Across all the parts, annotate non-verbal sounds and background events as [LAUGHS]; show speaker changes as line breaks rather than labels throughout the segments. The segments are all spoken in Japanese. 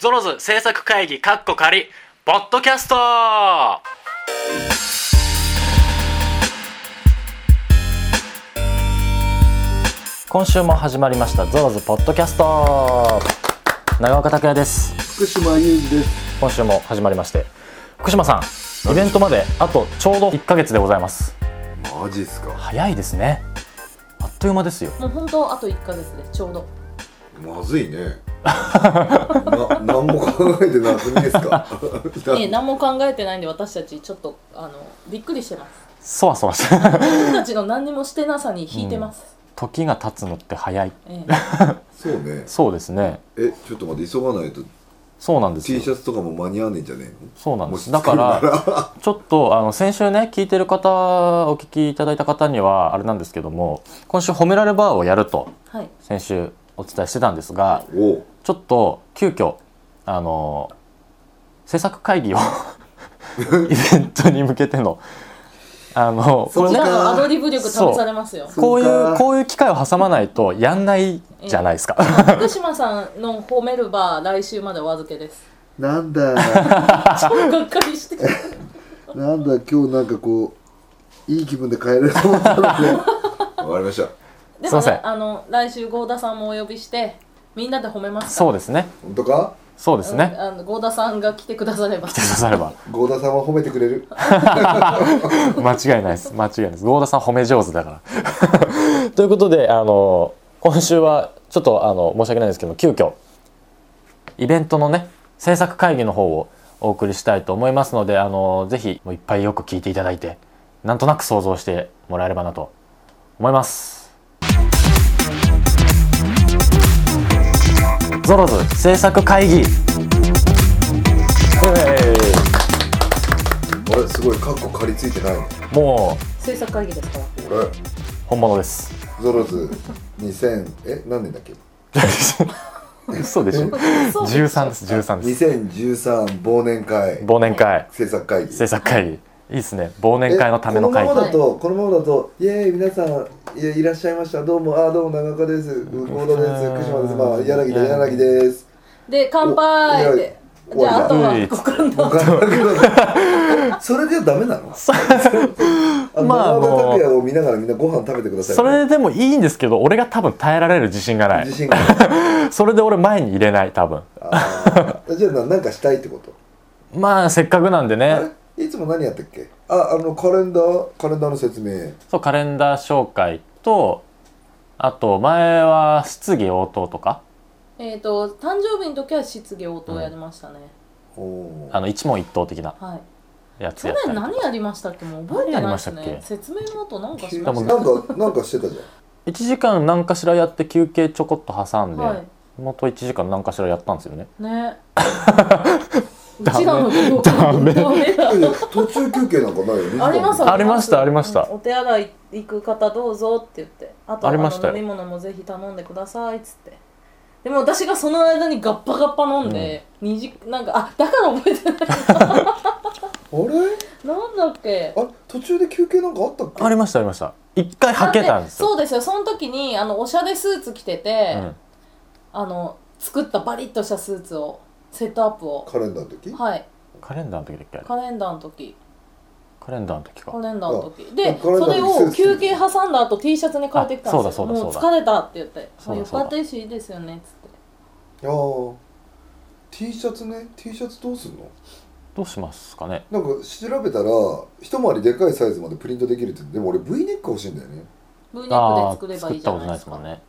ゾロズ制作会議、カッコ仮、ポッドキャスト今週も始まりましたゾロズポッドキャスト長岡拓也です
福島雄二です。
今週も始まりまして福島さんイベントまであとちょうど1ヶ月でございます
マジですか。
早いですねあっという間ですよ
もう本当あと1ヶ月でちょうど
まずいね。 [LAUGHS] な、何も考えてなくないですか。
[LAUGHS]
ええ何も考えてないんで私たちちょっとあのびっくりしてます
そわそわして
私たちの何にもしてなさに引いてます、
[LAUGHS] 時が経つのって早い
え
[LAUGHS]
そうね。
そうですね
え、ちょっと待って、急がないと、
そうなんですよ
T シャツとかも間に合わねえんじゃね
そうなん
も
で
し
すだからちょっとあの先週ね聞いてる方お聞きいただいた方にはあれなんですけども今週褒められバーをやると
えはい
先週お伝えしてたんですが
えの。おう。
ちょっと急遽あの制作会議をイベントに向けてのあのこ
そう
れ
こち
ね
らのアドリブ力試されますよ
そう
こうい
か
うこういう機会を挟まないとやんないじゃないですか。
福島さんの褒めるバー来週までお預けです
なんだ。 [LAUGHS]
超がっかり
[LAUGHS]
してる
なんだ、今日なんかこう。いい気分で帰れると思ったので。 [LAUGHS] わかりました。
です
いま
も
せ
ね
ん
あの来週郷田さんもお呼びしてみんなで褒めま
[LAUGHS]
す
そう
で
ですね。
本当か。
そうです [LAUGHS] ね。
あの郷田さんが来てくだされば
来てくだされば
郷田さんは褒めてくれる。
[LAUGHS] 間違いないです間違いないです郷田さん褒め上手だから [LAUGHS] ということであの今週はちょっとあの申し訳ないんですけど急遽イベントのね制作会議の方をお送りしたいと思いますのであのぜひもういっぱいよく聞いていただいてなんとなく想像してもらえればなと思いますゾロズ制作会議イエー
あれ、すごい、カッコ借りついてないの。
イも
制作会議ですから
俺。
う本物です
ゾロズ。2000え、何年だっけ。
[LAUGHS] 嘘でしょ
そうです
13です13です
2013忘年会。
忘年会
制作会議。
制作会議いいですね忘年会のための会
えこのまま
議
だと、このままだと、イエーイ、皆さん、いやいらっしゃいました。どうも、あー、どうも、長岡です。うこ田です。福島です。まあ、柳田、柳
[LAUGHS]
です。
で乾杯って
お
じゃああと
おい
はご感動
わかんなくなるそれではダメなの。あの
[LAUGHS] まあ
長岡
あの
拓也を見ながら、みんなご飯食べてください。
それでもいいんですけど俺が多分耐えられる自信がない
自信がある。
それで俺前に入れない多分
あーじゃあ、ななんかしたいってこと。
まあせっかくなんで
あ
ね
れいつも何やったっけ。あ、あのカレンダー、カレンダーの説明。
そうカレンダー紹介とあと前は質疑応答とか
えっ、と誕生日の時は質疑応答やりましたね、
お
あの一問一答的な
はい
やつ
去
やった
年
りとか
何やりましたっけもう覚えてないです
何やりま
ね説明の後なんかし
ー
ま
も
し
なんか、なんかしてたじゃん。
1時間何かしらやって休憩ちょこっと挟ん
た
で、
は
元1時間何かしらやったんですよね
いねうちらの記憶
ダメ
[LAUGHS] ダメだ
いやいや途中休憩なんかないよね。
あります
ありましたありました
うんお手洗い行く方どうぞって言ってあと
ありましたよ
の飲み物もぜひ頼んでくださいっつってでも私がその間にガッパガッパ飲んで、二時なんかあだから覚えてない
あれ。
なんだっけ
あ途中で休憩なんかあったっけ
ありましたありました一回はけたんですよ
そうですよその時にあのおしゃれスーツ着てて、
うん
あの作ったバリッとしたスーツをセットアップを
カレンダーの時
はい
カレンダーの時だっけあれ
カレンダーの時
カレンダーの時か
カレンダーの時
レン
で
ダーの
それ
スー
を
ツ
休憩挟んだ後 T シャツに変えてきたん
あ
です
そ
よ
うだそうだ
もう
そうだ
疲れたって言って「
そ
あ
うだ
よ
そうだ
かったしいいですよね」っつって
ああ T シャツね T シャツどうすんの
どうしますかね
なんか調べたら一回りでかいサイズまでプリントできるってでも俺 V ネック欲しいんだよね
V ネッ
あ
ク
ー
で作れば
作
い
っ
いじ
た
ゃ
こと
な
な
い
いで
で
すす
か
もんね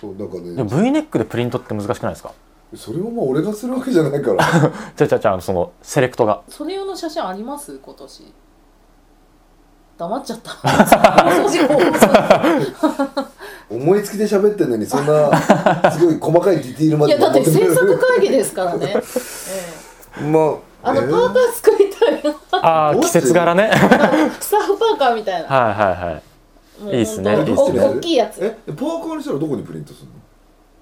そうなんか
でも
ね
V ネックでプリントって難しくないですか
それはまあ俺がするわけじゃないから
[LAUGHS]
じゃあじゃあじゃあそのセレクトが
それ用の写真あります今年黙っちゃっ
[LAUGHS]
た [LAUGHS] 放送事故放送事
思いつきで喋ってんのにそん
[LAUGHS]
なすごい細かいディティール
故
ま
い
で
やだって
求め
制
られ
作
る
会議ですか
[LAUGHS]
らね、ええ
まあ
あの
えー
パーカー作りたいな
ああ
どう
季
する
節柄ね [LAUGHS]
スタッフパーカーみたいな
はいはいはい
もう
いいっすね
ほんと
いいっすね
お大きいやつ
えパーカーにしたらどこにプリントする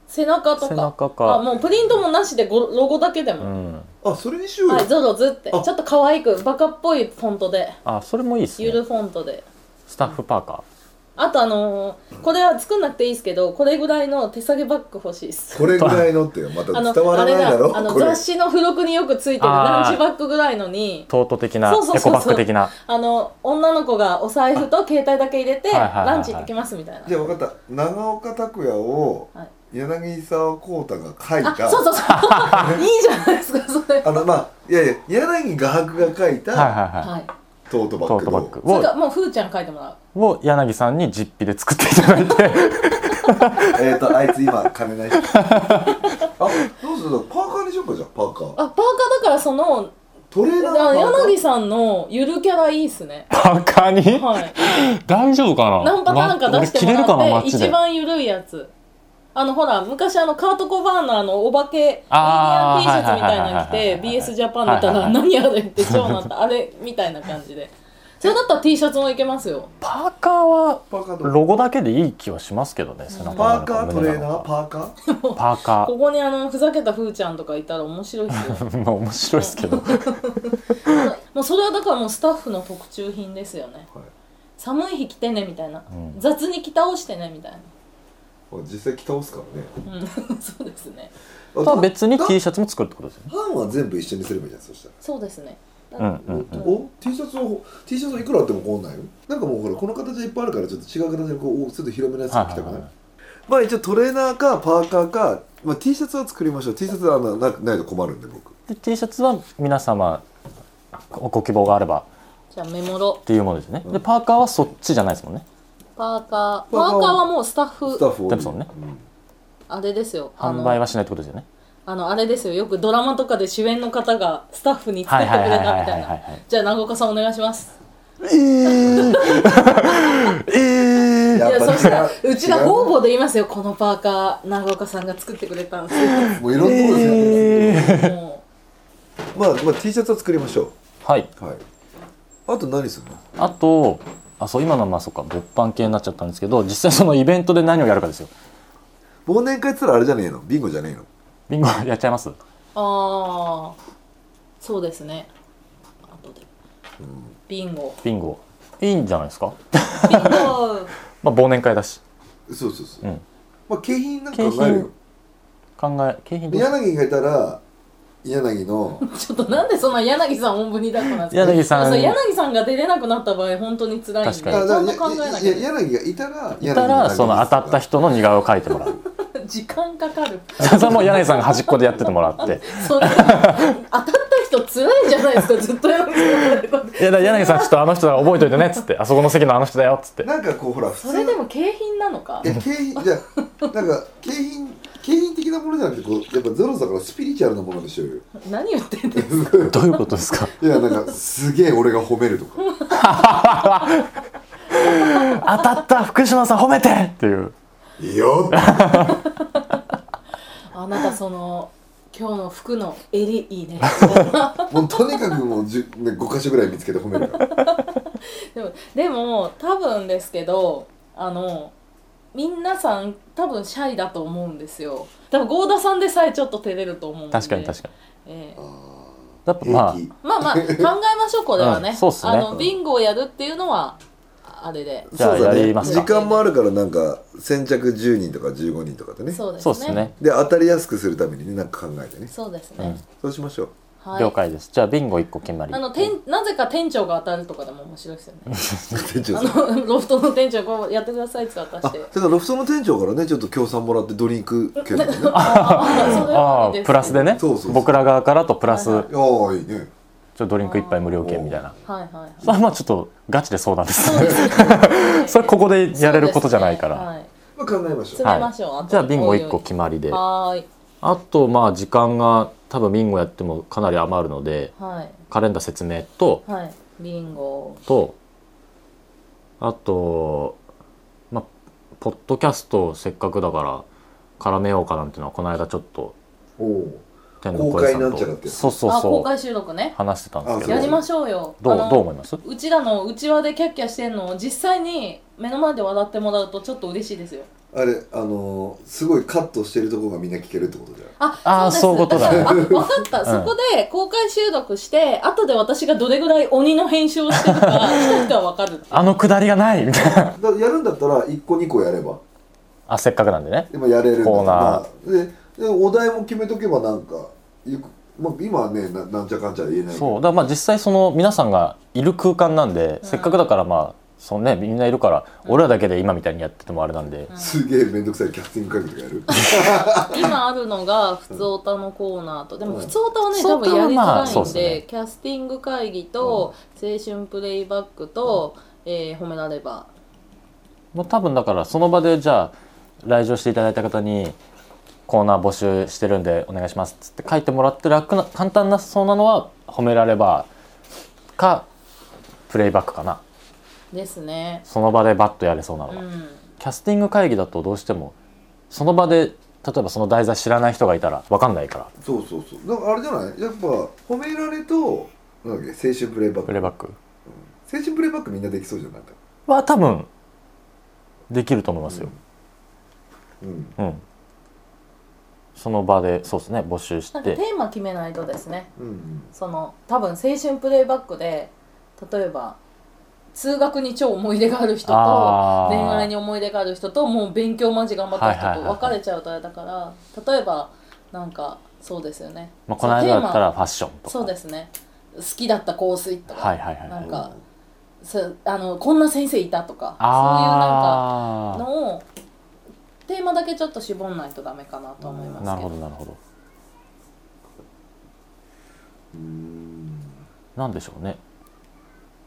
背中とか
背中か
あもうプリントもなしでごロゴだけで
う
も、
ん
のあそれにしようよ、
はいゾロズってちょ
あ
っと可愛くバカっぽいフォントで
あそれもいいです
ゆ
ね
るフォントで
スタッフパーカ
あとあのーこれは作んなくていいですけどこれぐらいの手提げバッグ欲しいです
これぐらいのってよまた
あの
伝わら
あ
ない
れ
だろ
あの
これ
雑誌の付録によくついてる
あー
ランチバッグぐらいのに
トート的な
そうそうそう
エ
そ
コ
う
バッグ的な
あの女の子がお財布と携帯だけ入れて
はいはいはいはい
ランチ行ってきますみたいな
じゃあ分かった長岡拓也を
はい
柳沢浩太が書い
あ
た
そうそうそ
[LAUGHS]
ういいじゃないですかそれ
あのまあいやいや柳画伯が書い
はい
た
はいは
はい
トート
い
バ
ト
ッ
ー
グ
トバ
の
ッ
それか
グ
もうふーちゃん書いてもらう
をを柳さんに実費で作っていただい
[LAUGHS]
て
えっとあいつ今金
[LAUGHS]
ないあどうするパーカーにしようかじゃあパーカー
あパーカーだからその
トレーナーのパ
あ
ーカー
柳さんのゆるキャラいいっすね
パーカーに
はい
大丈夫かな
ナンパなんか出して
俺着
も
れるからな
って
街
一
で
番ゆるいやつあのほら昔あのカート・コバーナーのお化けエイリア
あ
ン
ー
T シャツみたいなの着
はいはい
て
はいはい
BS ジャパン出た
は
ら
いはい
何あれって超なったあれみたいな感じでそれだったら T シャツもいけますよ
パーカーは
パーカーどう
ロゴだけでいい気はしますけどね背中
パ
な
ー
の
カ
か
ートレ
胸な
ーナ
の
ー
か
パーカー
パーカ
ここにあのふざけたふーちゃんとかいたら面白いっすよ
ー [LAUGHS] まあ面白いですけど
もうそれはだからもうスタッフの特注品ですよね
はい
寒い日着てねみたいな、
うん
雑に着倒してねみたいな
これ実際着倒すからね
うんそうですね
まあ別に
パ
T シャツも作るってことですよね
パンは全部一緒にすればいいじゃんそしたら
そうですねだ
うんうんうん
お T シャツを T シャツいくらあってもこんないよなんかもうほらこの形はいっぱいあるからちょっと違う形でこうおちょっと広めのやつ着た
はい
く
は
ないい
はい
まあ一応トレーナーかパーカーか、まあ、T シャツは作りましょう T シャツはあのなないと困るんで僕
で T シャツは皆様ごご希望があれば
じゃあメモロ
っていうものですよねでパーカーはそっちじゃないですもんね
パーカー
パー
パ
カー
ーカーはもうスタッフ
スタッフを
でもそうね
あれですよあ
販売
の
はしないってことですよね
あのあれですよよくドラマとかで主演の方がスタッフに作
は
って
い
く
は
れた
い
み
はいはい
た
はいいは
ないじゃあ長岡さんお願いします
えー、え
うん
ー、
や
いやそしたら
違
うちら
違
方々で言いますよこのパーカー長岡さんが作ってくれたんですよ
もういろんなとこですよ、
えー、
も
まあ、まあ T シャツは作りましょ
はい。
うはいあと何するの
あと、あ、そう、今のはまあ、そっか、物販系になっちゃったんですけど、実際そのイベントで何をやるかですよ。
忘年会っつったらあれじゃねえのビンゴじゃねえの
ビンゴ [LAUGHS] やっちゃいます。
うああそうですねあとでビンゴ
ビンゴ。いいんじゃないですか。
ビンゴ
まあ、忘年会だし。
そうそうそう、
うん
まあ景品なんか考えるよ
考え、景品どうする。
柳がいたら柳の
ちょっとなんでそんな柳さんおんぶに抱っこなんですか
柳さ。
そうん柳さんが出れなくなった場合本当に辛いんで
確
ち
か
ゃ
に
あ
ん
だ
と
か
考
ら
えない
やい
と
や柳がいたら
いたら、その当たった
人
人の似顔絵を描いてもらう。
時間かかる
[LAUGHS] それはもう柳さんが端っこでやっててもらって。
それ当たった人辛いじゃないですかずっと柳さ
い
ん
や、だから柳さん、ちょっとあの人だ、覚えといてねっつって、あそこの席のあの人だよっつって。
なんかこうほら普
そ
通
れ
の
でも景品なのか
いや景品じゃあなんか景品景品的なものじゃなくてこうやっぱゾロだからスピリチュアルなものでしょうよ [LAUGHS]
何言ってんの
どういうことですか。
いやなんかすげえ俺が褒めるとか
当たった、福島さん褒めてっていう。
いいよ
あなたその今日の服の襟いい
[LAUGHS]
ね
もうとにかくもうじゅね5箇所ぐらい見つけて褒めるから
でもでも多分ですけどあの皆さん多分シャイだと思うんですよ多分郷田さんでさえちょっと照れると思うんで
確かに、確かに。
ええ
あ
だって、
ー
まあ。
平気
まあまあ考えましょうこれは
[LAUGHS]
ね,、
うんそうっすね
あのビンゴをやるっていうのはあれで
じゃあ
そうだね
やりますか
時間もあるからなんか先着10人とか15人とかでね
そうですね
そうですね。
で当たりやすくするためにねなんか考えてね
そうですね、
そうしましょう [LAUGHS]
はい
了解です。じゃあビンゴ一個決まり。
あのてんなぜか店長が当たるとかでも面白いですよね [LAUGHS]
店長
あ
さん
のロフトの店長こうやってくださいって渡
あ
して
だからロフトの店長からねちょっと協賛もらってドリンク券とかねあ
[LAUGHS] あそれはい
あ
い
あ
です
プラスでね
そうそうそう
僕ら側からとプラスち
はい
ょ
は
っ
い
あいいね
とドリンク一杯無料券みたいな。
はいはいはい
それはまあちょっとガチで相談です。 [LAUGHS] それここでやれることじゃないから。
はい、
まあ考えましょう
詰めましょう、あと
じゃあビンゴ
おいおい
一個決まりで。
はーい
あとまあ時間が多分ビンゴやってもかなり余るので
はい
カレンダー説明と
はいビンゴ
とあとまあポッドキャストをせっかくだから絡めようかなんてのはこの間ちょっと。
おお
天の声さ
公開なんちゃらってやつ
そうそう
あ公
そう
開収録ね
話してたんですけ
あ
ど
やりましょうよ
どう
あの
どう思います
うちらのうちわでキャッキャしてんのを実際に目の前で笑ってもらうとちょっと嬉しいですよ
あれあのーすごいカットしてるとこがみんな聞けるってことじゃん
あ
あーそういうことだ
からあ分かった、
ん
そこで公開収録して後で私がどれぐらい鬼の編集をして
[LAUGHS]
るかした人は分かる
あのくだりがないみたい
[LAUGHS]
な
だやるんだったら1個2個やれば
あせっかくなんでね
でもやれるんだ
コーナー
ーででお題も決めとけばなんかゆく、まあ、今はねななんちゃかんちゃ言えないけど
そうだからまあ実際その皆さんがいる空間なんで、せっかくだからまあそのねみんないるから、俺らだけで今みたいにやっててもあれなんで、
すげえ面倒くさいキャスティング会議とかや
[LAUGHS]
る
今あるのが普通オタのコーナーとでも
うん
普通オタはね、
普通
多
オタ
分
は
やりづ
まあ
らいんで,、
そうっすね
キャスティング会議と青春プレイバックと、えー褒められば
まあ、多分だからその場でじゃあ来場していただいた方にコーナー募集してるんでお願いしますっつって書いてもらって楽な簡単なそうなのは褒められばかプレイバックかな
ですね
その場でバッとやれそうなの
う
が、
ん
キャスティング会議だとどうしてもその場で例えばその題材知らない人がいたら分かんないから
そうそうそうだからあれじゃないやっぱ褒められとなんだっけ青春プレイバッ
プ
ク
レイバック
青春プレイバックみんなできそうじゃんないか
は多分できると思いますよ、
うん
うんその場でそうですね募集し
なんかテ
て
ーマ決めないとですね
うんうん
その多分青春プレイバックで例えば通学に超思い出がある人と
あー
恋愛に思い出がある人ともう勉強マジ頑張った
はいはい
人
は
と
いはい
別れちゃうとあれだから例えばなんかそうですよね、
まあ、この間だった
そ
ら
うテー
ファッションと
マ
か
そうですね好きだった香水とか、
はいはいはい
なんかそうあのこんな先生いたとかそういうなんか
あ
のをテーマだけちょっと絞んないとダメかなと思います
あ
け
なるほ
ど
どなるほど
うん
なんでしょうね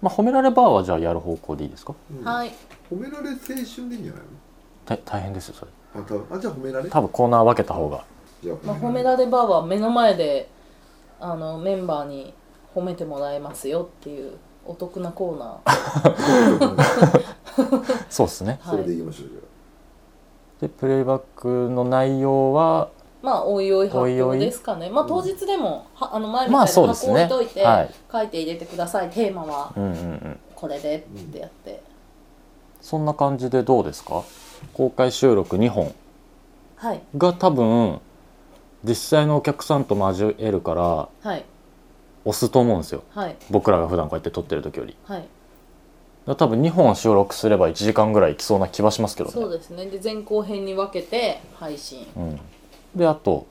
まあ褒められバーはじゃあやる方向でいいですか
うん
はい
褒められ青春でいいんじゃないの
た大変ですよそれ
あ多分あじゃあ褒められ
多分コーナー分けた方が
じゃあ
まあ、褒められバーは目の前であのメンバーに褒めてもらえますよっていうお得なコーナー
そうですね
そ
は
れでい
い
きましょうじゃ
でプレイバックの内容は
まあおいおい発
おいお
表
い
ですかねまあ当日でも、はあの前み
ま
たい
あそうで
に
す
箱
ね
置いといて、
はい
書いて入れてくださいテーマは
うんうんうん
これでってやって、
そんな感じでどうですか公開収録2本
はい
が多分実際のお客さんと交えるから
はい
押すと思うんですよ
はい
僕らが普段こうやって撮ってる時よりだか
はい
ら多分2本収録すれば1時間ぐらいいきそうな気はしますけどね
そうですねで前後編に分けて配信
うん、であと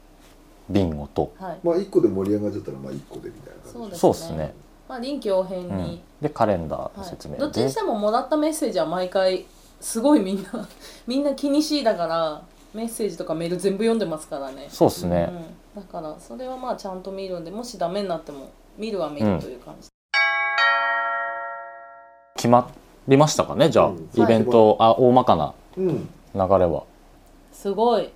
ビンゴと
はい
あまあ1個で盛り上がっちゃったらまあ1個でみたいな感じ
そうですね
そうですね、
まあ臨機応変に、
うん、でカレンダーの
はい
説明で、
どっちにしてももらったメッセージは毎回すごいみんなみんな気にしいだからメッセージとかメール全部読んでますからね
そうですね、
うん、だからそれはまあちゃんと見るんでもしダメになっても見るは見るという感じ、
決まりましたかねじゃあ、
うん
イベント、あ大まかな
うん
流れは
すごい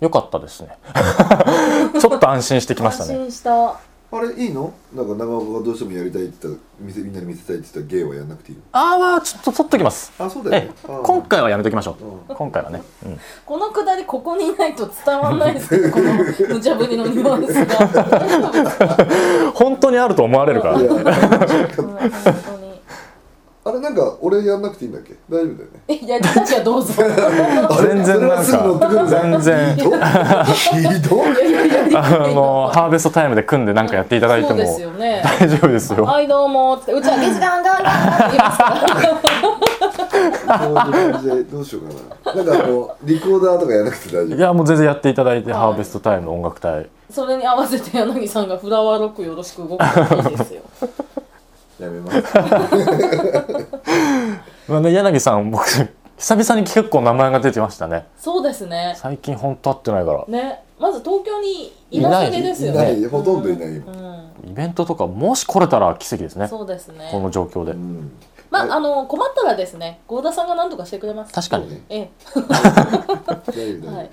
良かったですね [LAUGHS] ちょっと安心してきました
安
ね
心した
あれいいのなんか長岡がどうしてもやりたいって言ったら見せみんなに見せたいって言ったら芸はやんなくていいの
あーまあちょっと取っときます
あそうだよ
え
ね
え
あー
今回はやめときましょ
うん
う今回はね、うん、
このくだりここにいないと伝わんないですけどこの無茶ぶりのニュアンスが
本当にあると思われるから
いや
うん本当に
あれなんか俺やんなくていいんだっけ大丈夫だよね
えやりたきゃどうぞ
あれ
全然なん
それはすぐ乗ってくる
か
ん
全
だ
然
[LAUGHS] ひどっ
いやいやいや
あのハーベストタイムで組んでなんかやっていただいて
そうで
も
すよね
大丈夫ですよ
はいどうもーっつってうちはゲスガンガンガンガンって言いますから
そういう感じでどうしようかななんかあのリコーダーとかやんなくて大丈
い
夫
やもう全然やっていただいて、
はい
ハーベストタイムの音楽隊
それに合わせて柳さんがフラワーロックよろしく動くといい
[LAUGHS]
ですよ
やめます
まあね、柳さん僕久々に結構名前が出てましたね
そうですね
最近本当会ってないから
ねまず東京にいらっしゃりです
い
よ
な
ね
いほとんどいない
うん
今、
イベントとかもし来れたら奇跡ですね
そうですね
この状況で
うん
まああの困ったらですね合田さんが何とかしてくれます
確かに
ええ
大丈夫大丈夫、
はい、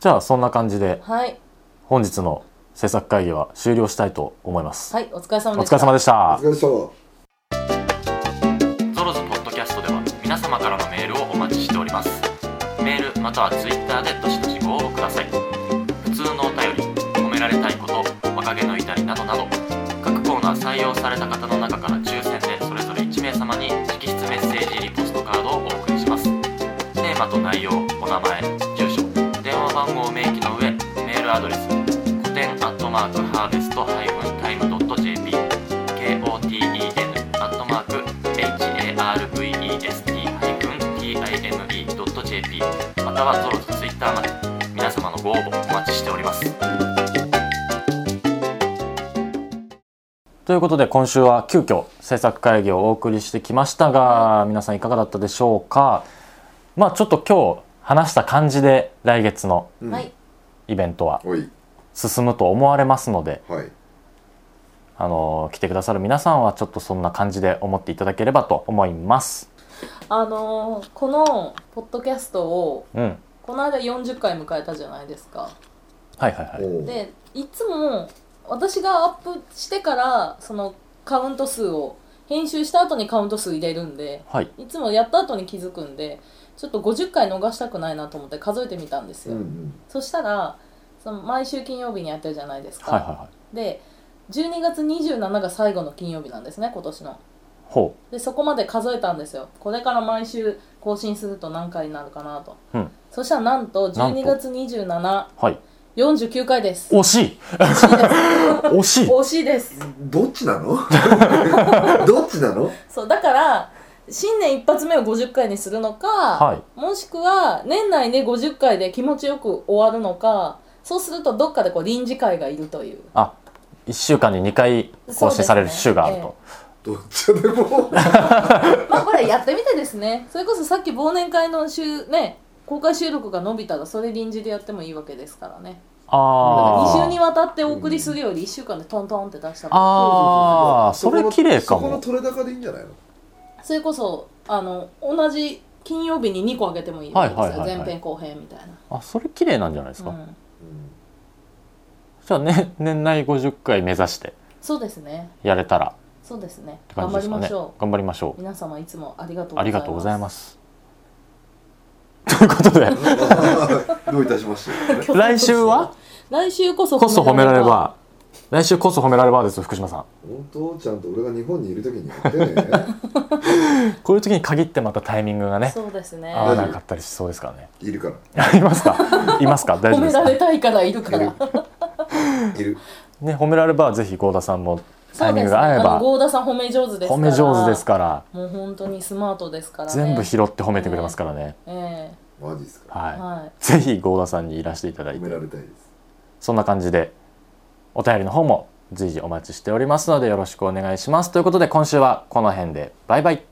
じゃあそんな感じで
はい、
本日の制作会議は終了したいと思います、
はい、お疲れ様
お
でし
疲れ
た
様でした
お疲れ様でした
ゾロズポッドキャストでは皆様からのメールをお待ちしておりますメールまたはツイッターでどしどしご応募ください普通のお便り褒められたいこと若気の至りなどなど各コーナー採用された方の中から抽選でそれぞれ1名様に直筆メッセージリポストカードをおマークハーベストハイムタイムドット JP KOTEN アットマーク HARVEST-TIME ドット JP またはゾロとツイッターまで皆様のご応募お待ちしておりますということで今週は急遽制作会議をお送りしてきましたが皆さんいかがだったでしょうかまあちょっと今日話した感じで来月の
うん
はい
イベントは
おい
進むと思われますので
はい
あの来てくださる皆さんはちょっとそんな感じで思っていただければと思います
あのーこのポッドキャストを
うんはい
この間40回迎えたじゃないですか
はいはい
おう
でいつも私がアップしてからそのカウント数を編集した後にカウント数入れるんで
はい
いつもやった後に気づくんでちょっと50回逃したくないなと思って数えてみたんです
う
よ、
ん
そしたらその毎週金曜日にやってるじゃないですか、
はいはいはい
で12月27が最後の金曜日なんですね今年の
ほ
でそこまで数えたんですよこれから毎週更新すると何回になるかなと
ううん
そしたらなんと
なんと
12月2749
はい
回です
惜しい惜しい
惜しいです
うんどっちなの [LAUGHS] どっちなの
そうだから新年一発目を50回にするのか、
は
もしくは年内で50回で気持ちよく終わるのかそうするとどっかでこう臨時会がいるという
あ1週間に2回更新される週があると、
どっちでも
まあこれやってみてですねそれこそさっき忘年会の週ね公開収録が伸びたらそれ臨時でやってもいいわけですからね
あ
2
あ
週にわたってお送りするより1週間でトントンって出したら
ああそれ
この
綺麗か
そこの
も
取れ高でいいんじゃないの
それこそあの同じ金曜日に2個あげてもいいわけですよ、
はいはいはいはい
前編後編みたいな、
あそれ綺麗なんじゃないですか、
うん
うん [LAUGHS]
じゃあ、ね、年内50回目指して
そうですね
やれたら
そうですね
って感
頑
じ
張
で
り
すか
ま
ね
しょう
頑張りましょう
皆様いつもありがとうございます
ありがとうございますということで
どういたしましてね
[LAUGHS] 来週は
来週こそ
こそ褒められれば来週こそ褒められればですよ福島さん
本当ちゃんと俺が日本にいる時に言ってね
こういう時に限ってまたタイミングがね
そうですね
合わなかったりしそうですからね
いるか
あります [LAUGHS] かいますか大
褒
丈夫で
め
す
ら
か
れたいからいるからら
いるいる
ね褒められればぜひ郷田さんもタ
そ
イ
う
ミ
で
ング
す
が
ね
合え
あの
ば
ゴーダさん褒め上手ですか
褒
ら
め上手ですから
もう本当にスマートですからね
全部拾って褒めてくれますからね
え
マジですか
え
は
はい
いぜひ郷田さんにいらしていただい
褒
て
められたいです
そんな感じでお便りの方も随時お待ちしておりますのでよろしくお願いしますということで今週はこの辺でバイバイ